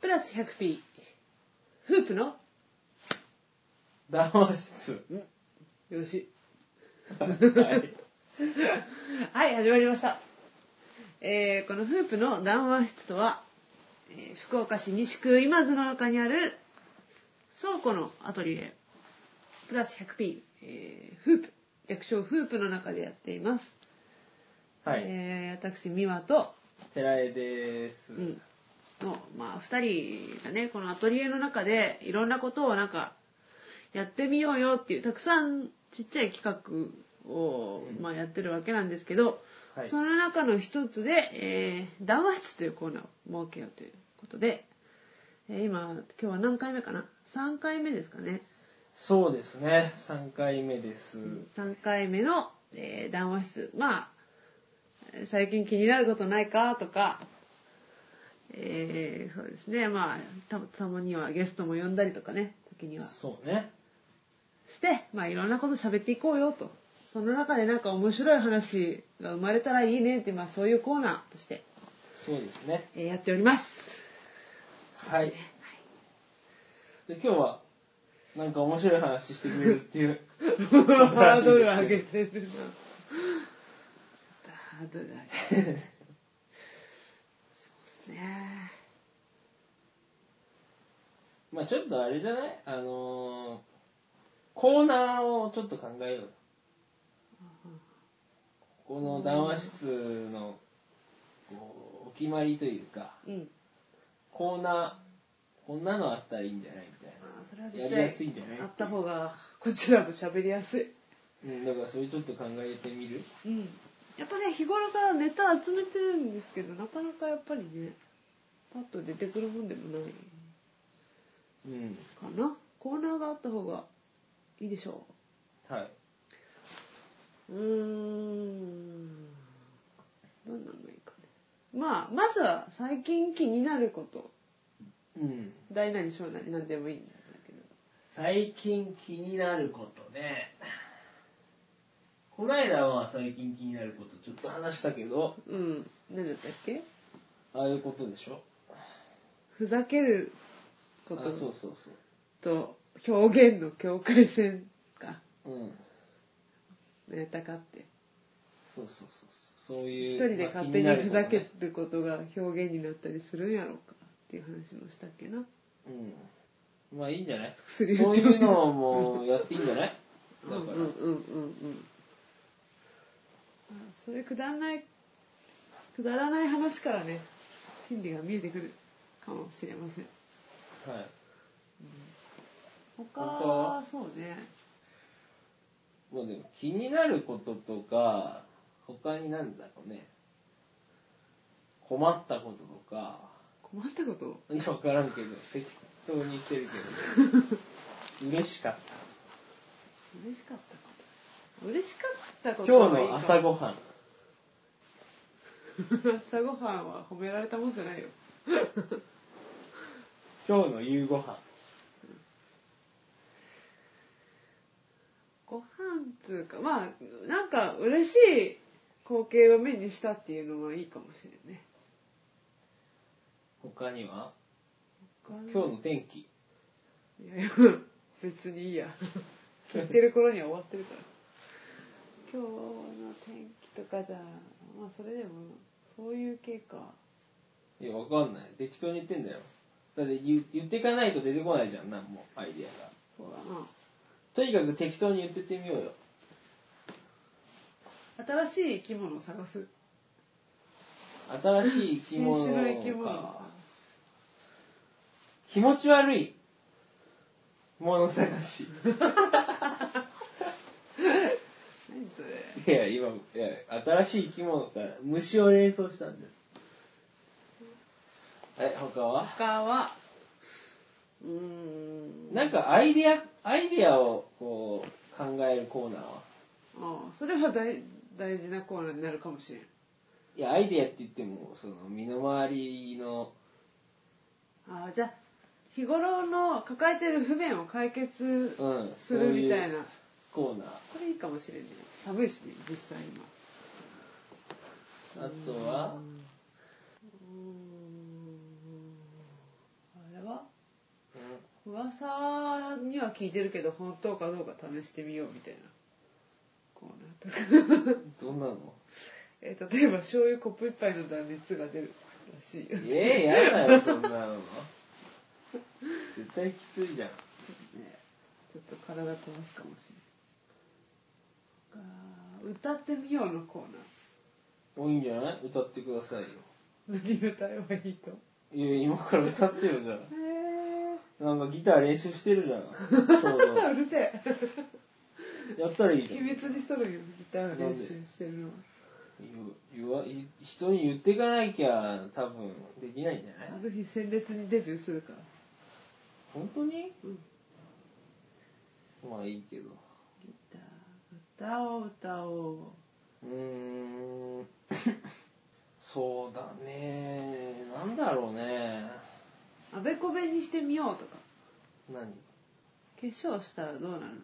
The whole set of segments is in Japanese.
プラス 100p フープの談話室。よろしいはい。 はい、始まりました。えーこのフープの談話室とは、えー福岡市西区今津の中にある倉庫のアトリエ、プラス 100p、えーフープ、略称フープの中でやっています。はい。えー私、美和と、寺江です。うん、の、まあ、2人がね、このアトリエの中でいろんなことをなんか、やってみようよっていう、たくさんちっちゃい企画を、うんまあ、やってるわけなんですけど、はいそ。の中の一つで、えー談話室というコーナーを設けようということで、えー今、今日は何回目かな ?3 回目ですかね。そうですね。3回目です。 3回目の、えー談話室。まあ、えー最近気になることないかとか、えーそうですね。まあ、たたまにはゲストも呼んだりとかね、時にはそうね。して、まあいろんなこと喋っていこうよと。その中でなんか面白い話が生まれたらいいねって、まあそういうコーナーとして、そうですね。えーやっております。はい。で、今日は、なんか面白い話してくれるっていう。 ハードル上げてるな。ハードル上げてる。 そうですね。まあちょっとあれじゃないあのー、コーナーをちょっと考えようよ。この談話室の、こう、お決まりというか、うん。コーナー、こんなのあったらいいんじゃないみたいな。まあ、それはやりやすい絶んじゃない対あった方が、こちらも喋りやすい。うん、だからそれちょっと考えてみるうん。やっぱね、日頃からネタ集めてるんですけど、なかなかやっぱりね、パッと出てくるもんでもないうん。かな。コーナーがあった方がいいでしょはい。う。うーん。どんなのがいいかね。まあ、まずは最近気になること。うん。大なり小なり何でもいいんだけど。最近気になることね。こないだは最近気になることちょっと話したけど、うん。何だったっけああいうことでしょふざけるあこそうとそうそと表現の境界線 かう。うん。ネタかってそうそうそうそう。そういう。一人でまあ勝手にふざ気になることけねることが表現になったりするんやろうかっていう話もしたっけなうん。まあいいんじゃないそう薬いうのもやっていいんじゃないだかうら。んうんうんうんあそういうくだらないくだらない話からね真理が見えてくるかもしれませんはい。他他そうねまあでも気になることとか、他になんだろうね。困ったこととか、困ったこといや、わからんけど、適当に言ってるけ ど、嬉しかっ嬉しかったこと嬉しかったた。こと今が日いいかのも朝ごはん。 朝ごはんは褒められたもんじゃないよ。今日の夕ごはご飯つうか、まあ、なんか嬉しい光景を目にしたっていうのはいいかもしれんね。ん。他には今今日の天気。いやいや、別にい いや。聞いてる頃には終わってるから。今日の天気とかじゃ、まあそれでも、そういう系か。いや、わかんない。適当に言ってんだよ。だって言言ってかないと出てこないじゃん、なんも、アイディアが。そうだな。とにかく適当に言ってってみようよ。新しい生き物を探す。新しい生き新物種の生き物を探か。気持ち悪いもの探し。す。何それ。 いや、今、いや、新しい生き物から虫を連想したんです。え、他は他は、うーん。なんかアイディア、アイディアをこう、考えるコーナーは。ああそれは大大事なコーナーになるかもしれんいや、アイディアって言っても、その、身の回りの、ああじゃあ日頃の抱えてる不便を解決うん、するみたいそううな、コーナー。これいいかもしれんね寒いしね実際今あとはう、ーんあ噂には聞いてるけど本当かどうか試してみようみたいなコーナーとか どんなのえ例えば醤油コップ一杯の断熱が出るらしいよええやだよそんな の絶対きついじゃんねちょっと体壊すかもしれない歌ってみようのコー多いいんじゃない歌ってくださいよナー何歌えばいいといや今から歌ってるじゃへえんなんかギター練習してるじゃんちょううるせえ どやったらいいじゃ秘ん 密にしとるよギター練習してるのは言う言わい人に言っていかなきゃ多分できないんじゃないある日鮮烈にデビューするから本当にうんまあいいけどギター歌おう歌おううーん そうだねなんだろうねあべこべにしてみようとか何化粧したらどうなるのか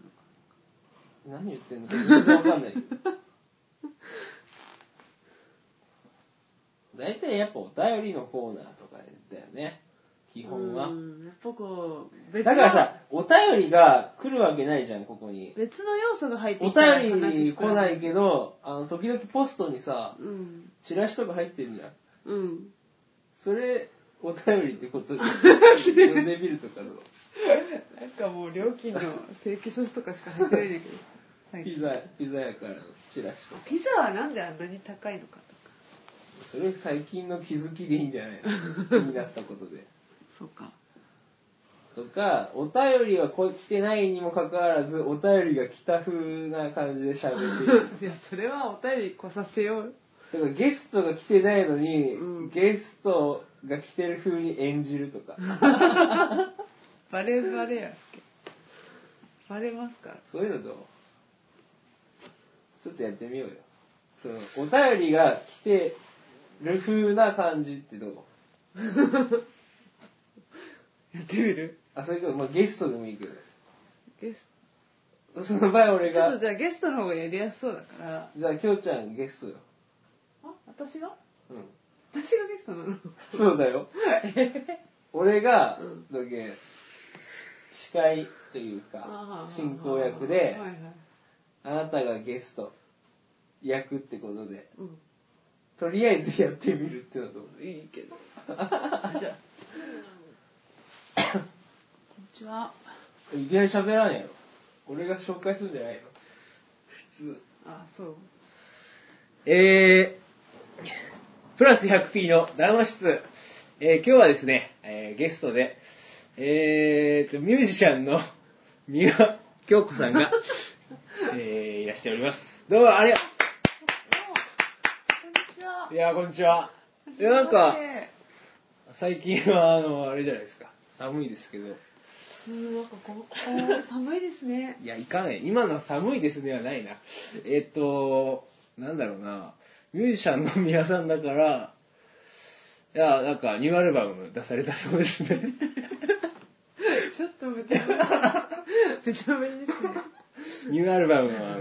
何言ってんのか全然わか んない大体やっぱお便りのコーナーとかだよね基本はうんやっぱこう別だからさお便りが来るわけないじゃんここに別の要素が入っておきたら便りに来話膨らむないけどあの時々ポストにさうんチラシとか入ってるじゃんうんそれお便りってことで呼んでみるとかのなんかもう料金の請求書とかしか入ってないんだけど最ピ近ザピザ屋からのチラシとかピザはなんであんなに高いのかとかそれ最近の気づきでいいんじゃない の気になったことでそうかとかお便りはこ来てないにもかかわらずお便りが来た風な感じで喋っている いやそれはお便り来させようだからゲストが来てないのに、うんゲストが来てる風に演じるとか バレバレやっけバレますからそういうのどうちょっとやってみようよそのお便りが来てる風な感じってどうやってみるあそれか、まあ、ゲストでもいいけゲスどその場合俺ちょっがとじゃあゲストの方がやりやすそうだからじゃあきょうちゃんゲストよ、あ私がうん、私がゲストなのそうだよ俺が、うんだけ司会というか進行役ではいはい、あなたがゲスト役ってことでうんとりあえずやってみるっていうのはどういいけど じゃあこんにちはいきなり喋らんやろ俺が紹介するんじゃないの普通あそうえー、プラス 100P の談話室、えー今日はですね、えーゲストで、えーと、ミュージシャンの三輪京子さんが、 えーいらしております。どうもありがこんにちはいやー、こんにちは。いや、なんか、最近は、あの、あれじゃないですか。寒いですけど。うん、なんかこここ寒いですね。いや、いかんね今のは寒いですねはないな。えっと、なんだろうな。ミュージシャンの皆さんだから、いや、なんか、ニューアルバム出されたそうです ね。ちょっとめちゃめちゃ、めちゃめちゃですね。ニューアルバムは、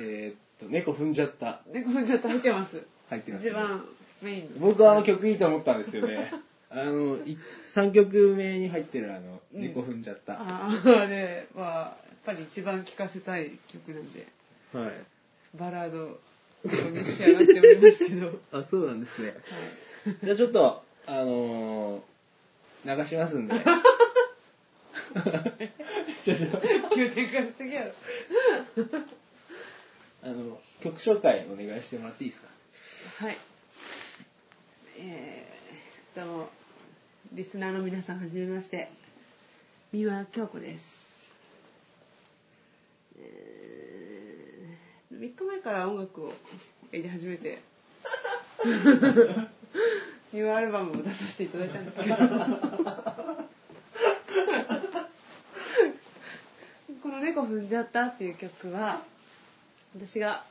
えっと、猫踏んじゃった。猫もちょっと入ってます。入ってます、一番メインの。僕はあの曲いいと思ったんですよ ね。あの、い3曲目に入ってるあの、うん猫踏んじゃった。はあーあれは、やっぱり一番聴かせたい曲なんで、い。バラードに仕上がっております けど。はいあ、そうなんですね。じゃあちょっと、あのー、流しま すんで。ちょっと、急展開しすぎやろ。あの、曲紹介お願いしてもらっていいですかはい。えー、どうも、リスナーの皆さん、はじめまして。三輪京子です。えー、3日前から音楽をやり始めて、ニューアルバムを出させていただいたんですけど、この猫踏んじゃったっていう曲は、私が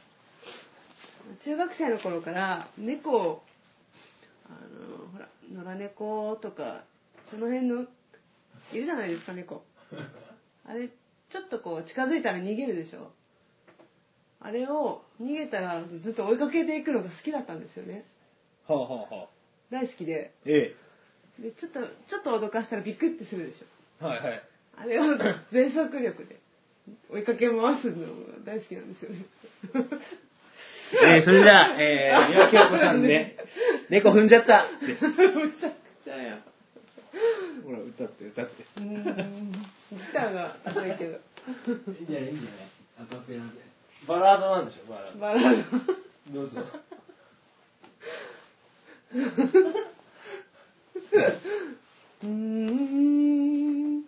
中学生の頃から猫をあのほら野良猫とかその辺のいるじゃないですか猫あれちょっとこう近づいたら逃げるでしょあれを逃げたらずっと追いかけていくのが好きだったんですよねはあはあはあ。大好きでえでちょっとちょっと脅かしたらビクってするでしょはいはい。あれを全速力で追いかけ回すのが大好きなんですよねえー、それじゃあ、えー、三輪京子さん で、猫踏んじゃったです。むちゃくちゃやんほら、歌って、歌って。うーんギターが熱いけどいいんじゃない、いいんじゃない。アカペラで。バラードなんでしょ、バラーバラードド。どうぞ。うーんうん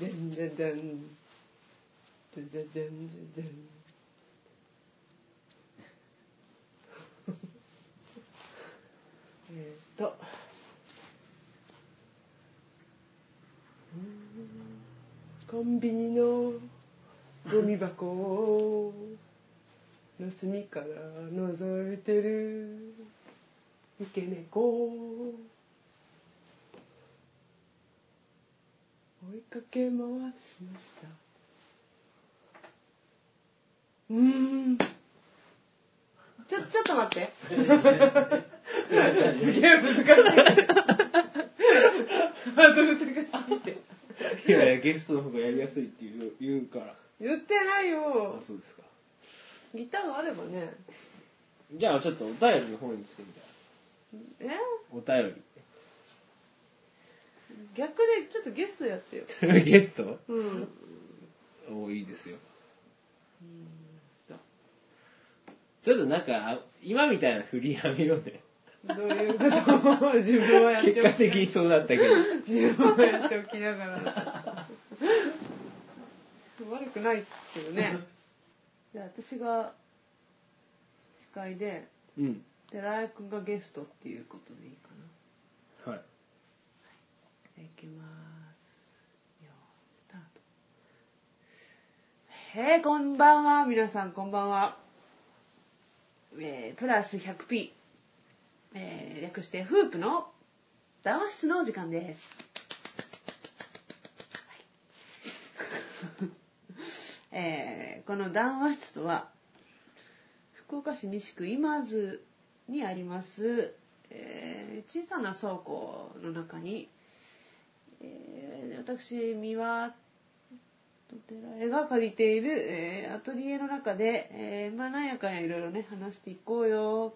でんでんでんでんでんでんでんえーっとうーんコンビニのゴミ箱をの隅から覗いてる三毛猫追いかけ回しましたうーんちょちょっと待ってすげえ難しいハードル高すぎていやいや、ゲストの方がやりやすいっていう言うから。言ってないよあ、そうですか。ギターがあればねじゃあ、ちょっとお便りの方にしてみたい。えお便逆でちょっとゲストやってより。 ゲストうんおいいですよ。ちょっとなんか、今みたいな振りやめようね。どういうことを自分はやってお結き果的にそうだったけど。自分はやっておきながら悪くないけどねじゃあ私が司会でうん。寺井君がゲストっていうことでいいかはい。な行きますよスタートへえこんばんは皆さんこんばんはえープラス 100p、えー略してフープの談話室のお時間ですえーこの談話室とは福岡市西区今津にあります、えー小さな倉庫の中に、えー私三輪と寺江が借りている、えーアトリエの中で、えーまあ、なんやかんやいろいろね話していこうよ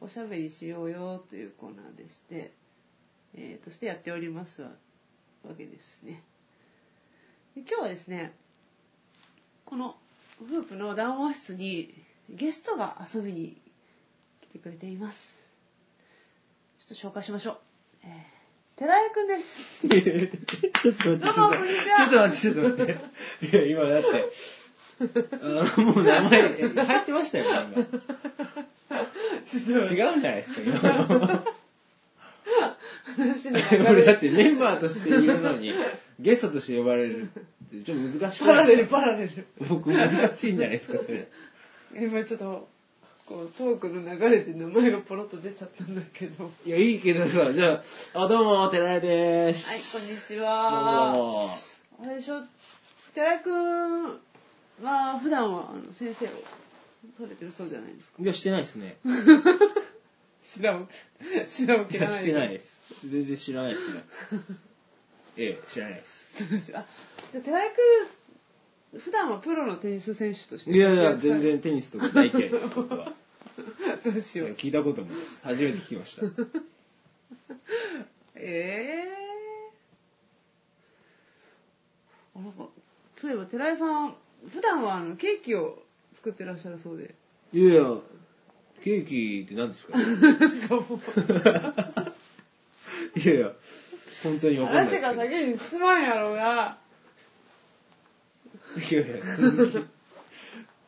おしゃべりしようよというコーナーでして、えーとしてやっておりますわわけですね。で今日はですねこのフープの談話室にゲストが遊びに来てくれていますちょっと紹介しましょう、えー、寺井くんです ちょっと待って、ちょっと待どうもこんにちはって。ちょっと待って、ちょっと待って。いや、今だって。あのもう名前入ってましたよ、今。違うんじゃないですか、今。話の流れ俺だってメンバーとしているのに、ゲストとして呼ばれるって、ちょっと難しくないですかパラレルパラレル僕難しいんじゃないですか、それ。 今ちょっとこうトークの流れで名前がポロッと出ちゃったんだけどはいいや、いいけどさ、じゃあ、あどうも、寺江です。こんにちどうはも。あれでしょ寺井くんは普段はあの先生をされてるそうじゃないですかいや、してないですね。知ら ん知らんいや、してないです。全然知らないです ね。ええ、知らないです。あじゃあ寺井君普段はプロのテニス選手としていやいや、全然テニスとか大嫌いです、僕は。どうしいよやう聞いたこともないです。初めて聞きました。ええー、あなんかそういえば寺井さん普段はあのケーキを作ってらっしゃるそうでいやいや、ケーキって何ですかなんかもういやいや、本当にわかんない話ですけがど。先に進まんやろうないやいや、続き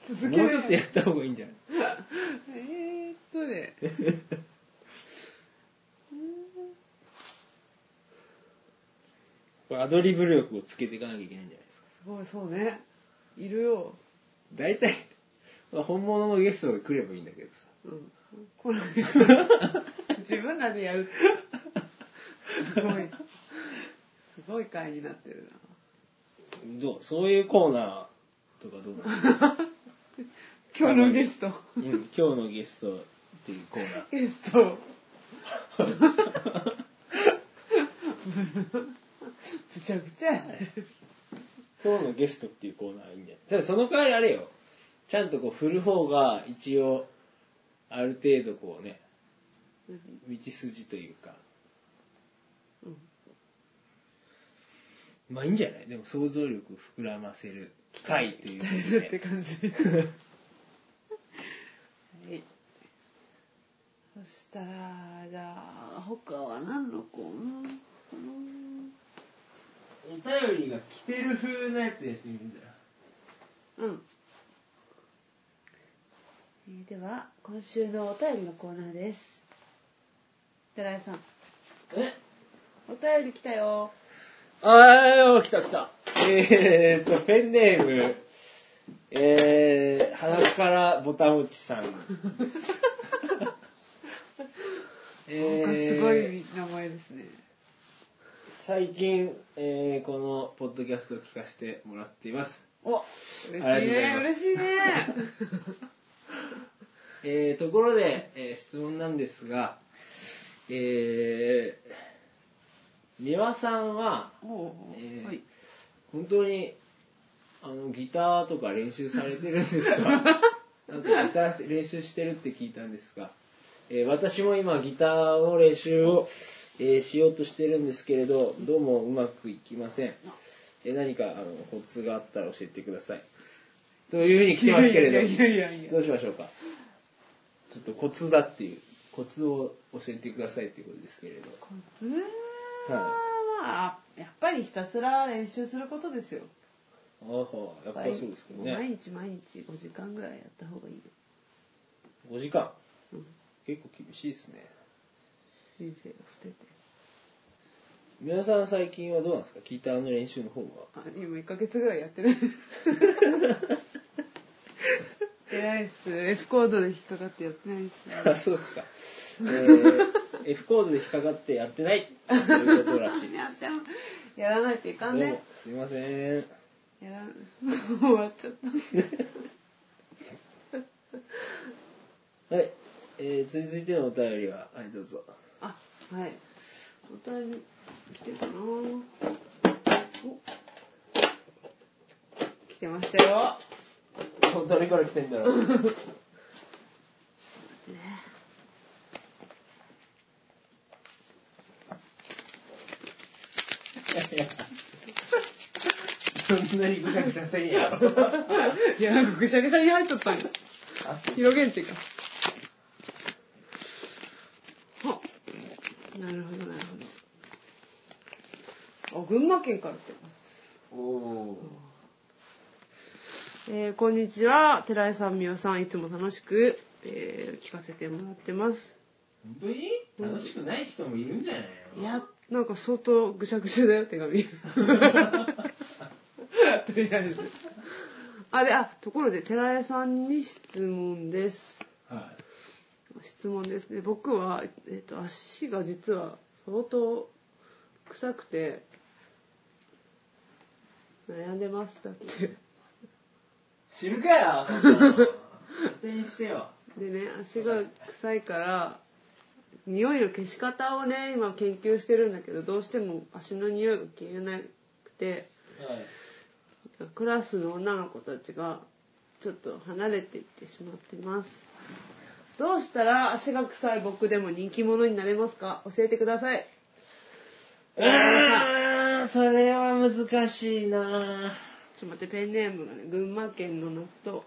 続けるもうちょっとやった方がいいんじゃないえーっとね。うーんこれアドリブ力をつけていかなきゃいけないんじゃないですか。すごい、そうね。いるよ。大体、まあ、本物のゲストが来ればいいんだけどさ。うん。これ 自分らでやるって。すごい。すごい回になってるな。どうそういうコーナ ーとかどうなの、今日のゲスト。うん、今日のゲスト、っていうコーナー。ゲスト。むちゃくちゃやね。今日のゲストっていうコーナーいいんじゃないただその代わりあれよ。ちゃんとこう振る方が一応、ある程度こうね、道筋というか。うんまあいいんじゃないでも想像力を膨らませる機会というこ大と丈で。夫って感じ。はい。そしたら、じゃあ、他は何のコーナーかな お便りが来てる風なやつやってみるんじゃうん。えーでは、今週のお便りのコーナーです。寺井さん、えお便り来たよ。あー、来た来た。えーっと、ペンネーム、えー、鼻からボタン落ち さん。なんかえーすごい名前ですね。最近、えーこのポッドキャストを聞かせてもらっています。お、嬉あしいりがねとうござい、ます嬉しいね。 えーところで、えー質問なんですが、えー、美輪さんはおお、えーはい。本当にあのギターとか練習されてるんで すかなんかギター練習してるって聞いたんですが、えー私も今ギターの練習を、えーしようとしてるんですけれどどうもうまくいきません、えー何かあのコツがあったら教えてくださいというふうに来てますけれどいやいやいやいやどうしましょうかちょっとコツだっていうコツを教えてくださいっていうことですけれどコツは、まあ、やっぱりひたすら練習することですよ。ああやっぱりそうですけどね毎日毎日5時間ぐらいやった方がいいよ。 5時間うん、結構厳しいですね人生を捨てて。皆さん最近はどうなんですかギターの練習の方 はあ、今1ヶ月ぐらいやって ない。えらいっす。F コードで引っかかってやってないっ す、あそうですか、えー、F コードで引っかかってやってないということらしいで すやってもやらないといどかうんもね。すいませんや ら終わっちゃった。はい、えー、続いてのお便りははいど うぞあ、はい。お便り来てたなぁお来てましたよ。誰から来てんだろうね。 そんなにぐちゃぐちゃせんやろ いや、なんかぐしゃぐしゃに入っとったんよ。広げんっていうか。あなるほど、なるほど。あ、群馬県から来てます。おおえーこんにちは。寺井さん、美輪さん、いつも楽しく、えー聞かせてもらってます。本当に楽しくない人もいるんじゃないいのや、なんか相当ぐしゃぐしゃだよ、手紙。とりあえず。あれ、あ、ところで、寺井さんに質問です。はい質問ですね。僕は、えっと、足が実は相当臭くて、悩んでましたって。知るかよそんなの勝手にしてよでね、足が臭いから、匂いの消し方をね、今研究してるんだけど、どうしても足の匂いが消えなくて、クラスの女の子たちがちょっと離れていってしまってますどうしたら足が臭い僕でも人気者になれますか教えてくださいはい、うーんそれは難しいなぁちょっと待ってペンネームがね群馬県の納豆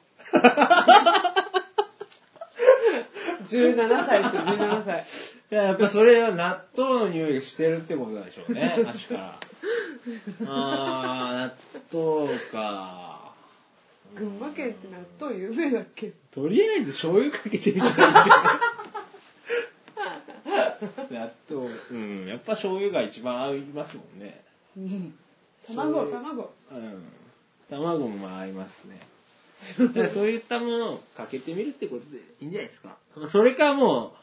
17歳ですよ17歳いや、やっぱそれは納豆の匂いがしてるってことなんでしょうね、足から。あー、納豆か。群馬県って納豆有名だっけとりあえず醤油かけてみた らいいんじゃない納豆、うん、やっぱ醤油が一番合いますもん ね。卵卵うん。卵も合いますね。だからそういったものをかけてみるってことでいいんじゃないですか。それかもう、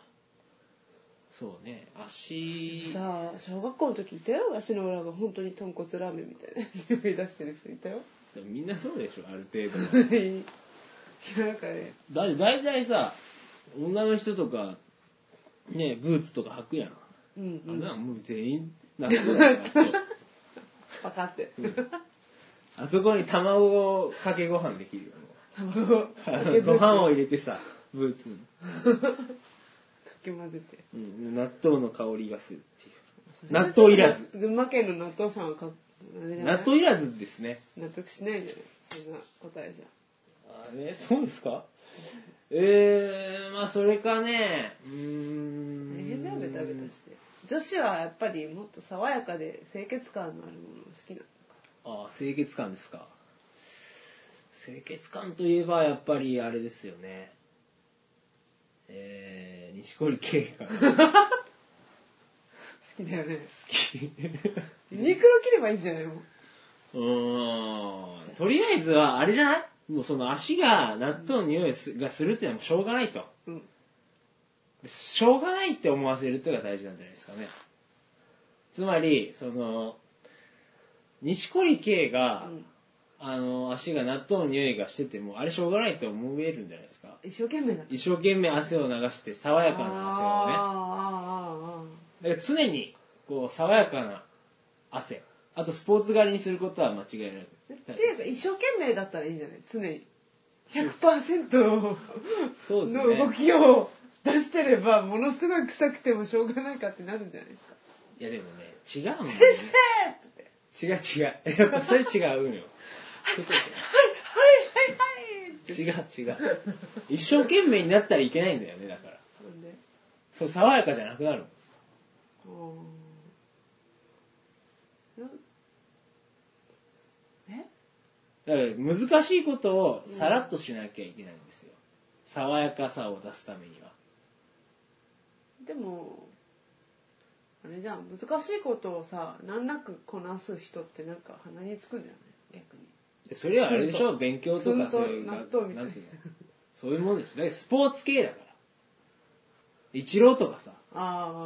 そうね、足。さあ小学校の時いたよ足の裏が本当に豚骨ラーメンみたいな匂い出してる人いたよそう みんなそうでしょある程度いやなんかねだだいたいさ女の人とか、ね、ブーツとか履くやん。うんあうんん。なんもう全員、なんかそうだよなってパカって。あそこに卵かけご飯できるよ。もう卵をあかのけ ごぶつ飯を入れてさ、ブーツに。かき混ぜて。うん、納豆の香りがするっていう。納豆いらず。。群馬県の納豆さんはか、あれじゃない納豆いらずですね。納得しないじゃないそんな答えじゃ。あれそうですかえー、まあそれかね、うーん。大変だよ、ベタベタして。女子はやっぱりもっと爽やかで清潔感のあるものが好きなのか。ああ、清潔感ですか。清潔感といえば、やっぱりあれですよね。えー、錦織圭が 好好きだよね。き。ユニクロ着ればいいんじゃないのうーん。とりあえずは、あれじゃないもうその足が納豆の匂いすがするっていうのはもうしょうがないと。うん。しょうがないって思わせるっていうのが大事なんじゃないですかね。つまり、その、錦織圭が、うんあの、足が納豆の匂いがしてても、あれしょうがないって思えるんじゃないですか。一生懸命だ。一生懸命汗を流して爽やかなあーあーあーあー汗をね。だから常に、こう、爽やかな汗。あと、スポーツ狩りにすることは間違いなく。っていうか一生懸命だったらいいんじゃない常に100%そうですねの動きを出してればものすごい臭くてもしょうがないかってなるんじゃないですかいや、でもね、違うんだよね。先生って 違う違う。やっぱそれ違 うんよ。ちょっとはいはいはいはい違う違う。一生懸命になったらいけないんだよね、だから。なんでそう、爽やかじゃなくなる。うーんえだから、難しいことをさらっとしなきゃいけないんですよ。爽やかさを出すためには。でもあれじゃん難しいことをさ難なくこなす人ってなんか鼻につくんじゃない逆にでそれはあれでしょ勉強とかそういう納豆みたいななんていうのそういうもんですだからスポーツ系だから一郎とかさあーあーあーあー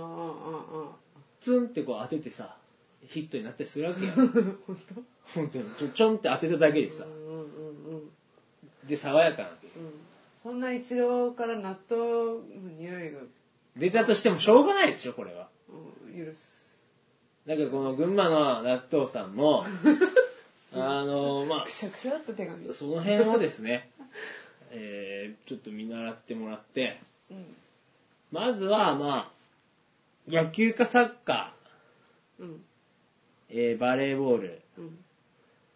あーツンってこう当ててさヒットになったりするわけ よ本当本当にちょちょんって当てただけでさうんうんうんうんで爽やかなうんそんな一郎から納豆の匂いが、出たとしてもしょうがないでしょこれはうん、許すだけどこの群馬の納豆さんもあのまあくしゃくしゃだった手紙うんその辺をですね、 えーちょっと見習ってもらってまずはまあ野球かサッカうんー、えーバレーボールうん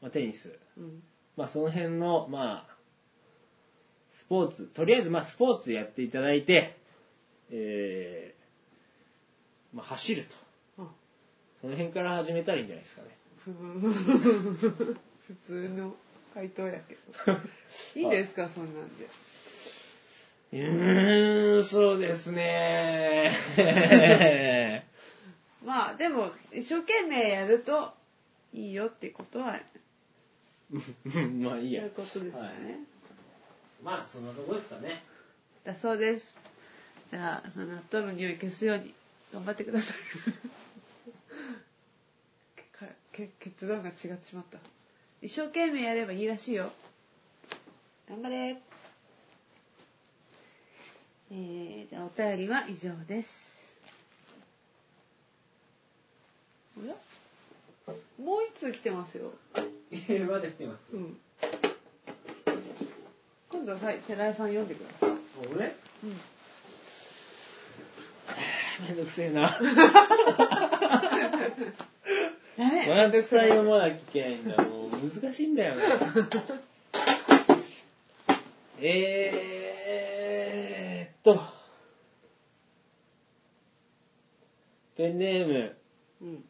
まあ、テニス、うんまあ、その辺の、まあ、スポーツ、とりあえず、まあ、スポーツやっていただいて、えー、まあ、走ると。あその辺から始めたらいいんじゃないですかね。ふふ普通の回答やけどいいですかそんなんでうーん、そうです ね。まあでも一生懸命やるといいよってことはうんまあ、いいそういやう。ことですよね、はいまあ、そんなとこですかね。だそうですじゃあその納豆の匂い消すように頑張ってくださいけかけ結論が違ってしまった一生懸命やればいいらしいよ頑張れえー、じゃあお便りは以上ですおやもう一通来てますよまだ来てまうす。ん今度ははい寺井さん読んでください、俺うん めんどくせえな。ダメめんどくさい読まなきゃいけないんだ。もう難しいんだ よね。えーっと。ペンネーム、うん。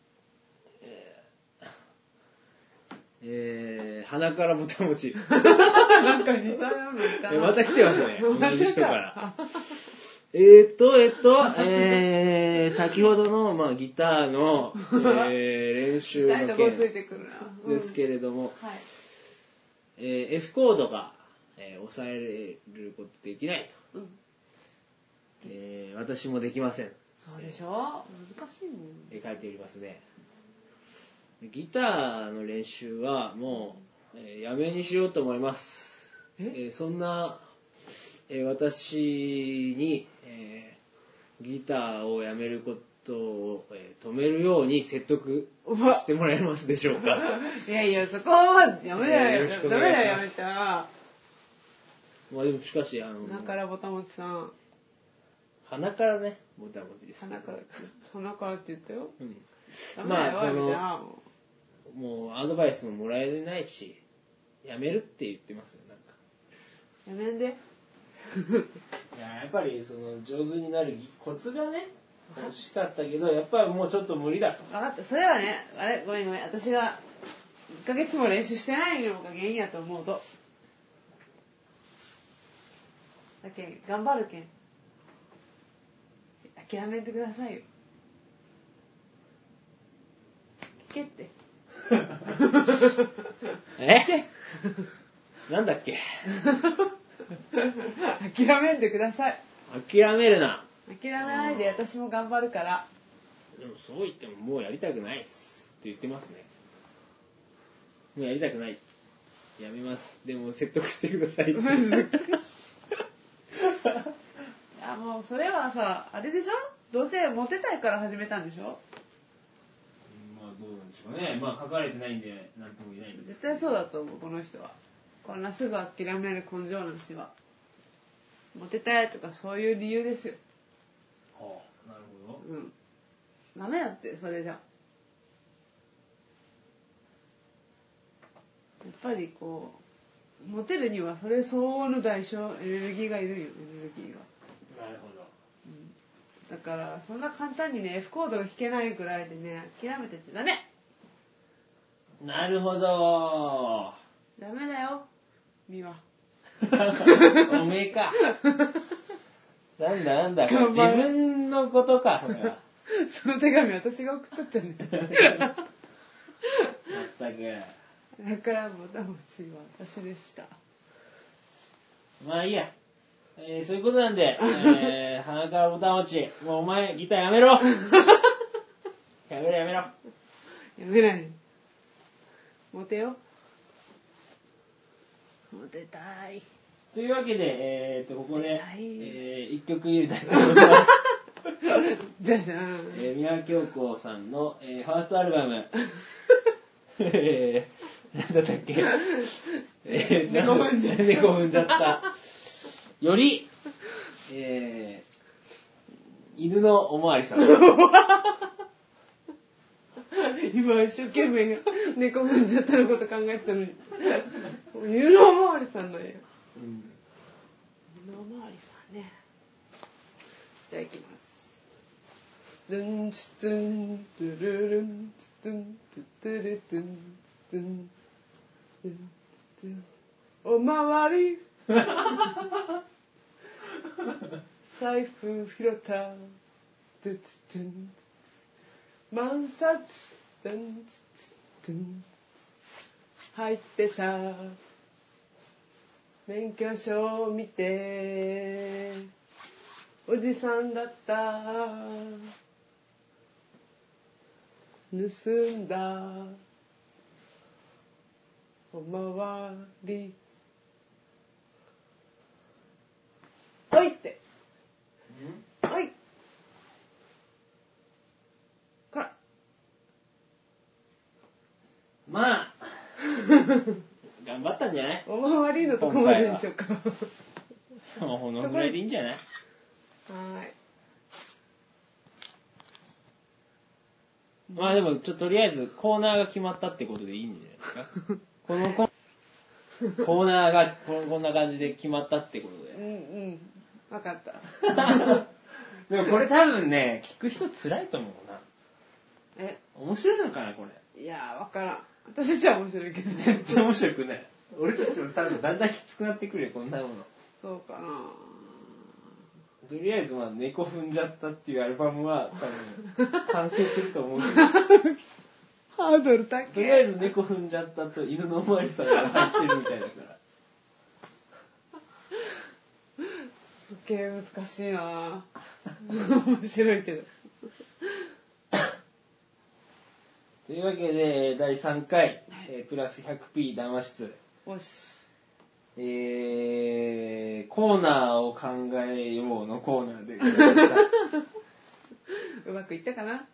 えー、鼻からぼたも ち。なんか似たようなえまた来てますねまた来た同じ人から。えーっと、えーっと、えー、先ほどの、まあ、ギターの、えー、練習痛いのとこついて件くるな。うんですけれども、はい。えー F コードが、えー抑えることできないと、うん。えー私もできません、そうでしょ難しいもん。えー書いておりますねギターの練習はもう、えーやめにしようと思います、ええーそんなえー私に、えーギターをやめることを、えー止めるように説得うわしてもらえますでしょうか いやいや、そこはやめないやよよろし。くおダ願いしますメだよ、やめちゃ。まあでもしかしあの鼻からぼたもちさん。鼻からねボタン持ちです鼻から、鼻からって言ったよ。うんダメだよ、まあやそのめちゃ。ももうアドバイスももらえないしやめるって言ってますよなんかうやめんで。いややっぱりその上手になるコツがね欲しかったけどやっぱりもうちょっと無理だと分かった、それはね、あれ、ごめんごめん。私が、1ヶ月も練習してないのが原因やと思うと。だけん、頑張るけん。諦めてくださいよ。聞け って。え なんだっけ諦めんでください。諦めるな諦めないで私も頑張るから。でもそう言ってももうやりたくないっすって言ってますねもうやりたくないやめますでも説得してくだ さいいやもうそれはさ、あれでしょどうせモテたいから始めたんでしょまあどうなんでしょうね。まあ書かれてないんで、なんとも言えないんです絶対そうだと思う、この人は。こんなすぐ諦める根性なんしは。モテたいとかそういう理由ですよ。はあ、なるほど。うん。ダメだって、それじゃ。やっぱりこう、モテるにはそれ相応の代償、エネルギーがいるんよ、エネルギーが。なるほど。だから、そんな簡単にね、F コードが弾けないぐらいでね、諦めてちゃダメなるほど。ダメだよ、美は。おめえかなんだなんだこれ頑自張れ分のことかこれは その手紙私が送っとったね。まったく。だから、もたもちは私でした。まあいいや。えーそういうことなんで、えー、鼻からボタン落ち。もうお前、ギターやめろやめろやめろ。やめない。モテよ。モテたい。というわけで、えー、と、ここで、はいえー、一曲入れたいと思います。じゃじゃーん。えー、宮京子さんの、えー、ファーストアルバム。えー、なんだったっけえー、猫な踏んんだじゃった猫踏んじゃった。より、えー、犬のおまわりさん。今一生懸命猫踏んじゃったのこと考えてたのに。湯のおまわりさんのよ。うん湯のおまわりさんね。じゃあ行きます。ドゥンチュドゥン、ドゥルルン、チュドゥン、トゥトゥルトゥン、チュドゥン、ドゥンチュドゥンおまわり財布拾った、ドゥチュドゥン、万札、ドゥンチュドゥン、入ってた、免許証を見て、おじさんだった盗んだおまわりおいっておいこら まあ、頑張ったんじゃないおまわりのとこまででしょうかはもうこのぐらいでいいんじゃないーいまあでも、ちょっととりあえずコーナーが決まったってことでいいんじゃないですかこのココーナーがここんな感じで決まったってことうんうん分かった で。でもこれ多分ね、聞く人辛いと思うな。え面白いのかな、これ。いやー分からん私たちは面白いけど 全然面白くない。 俺たちも多分だんだんきつくなってくるよ、こんなもの。そうかなとりあえず、まあ、猫踏んじゃったっていうアルバムは多分完成すると 思うけど。ハードル高とりあえず猫踏んじゃったと犬のおまわりさんが入ってるみたいだから。すっげえ難しいな ぁ面白いけどというわけで、第3回、えープラス 100p 談話室、よしえー、コーナーを考えようのコーナーでございました。うまくいったかな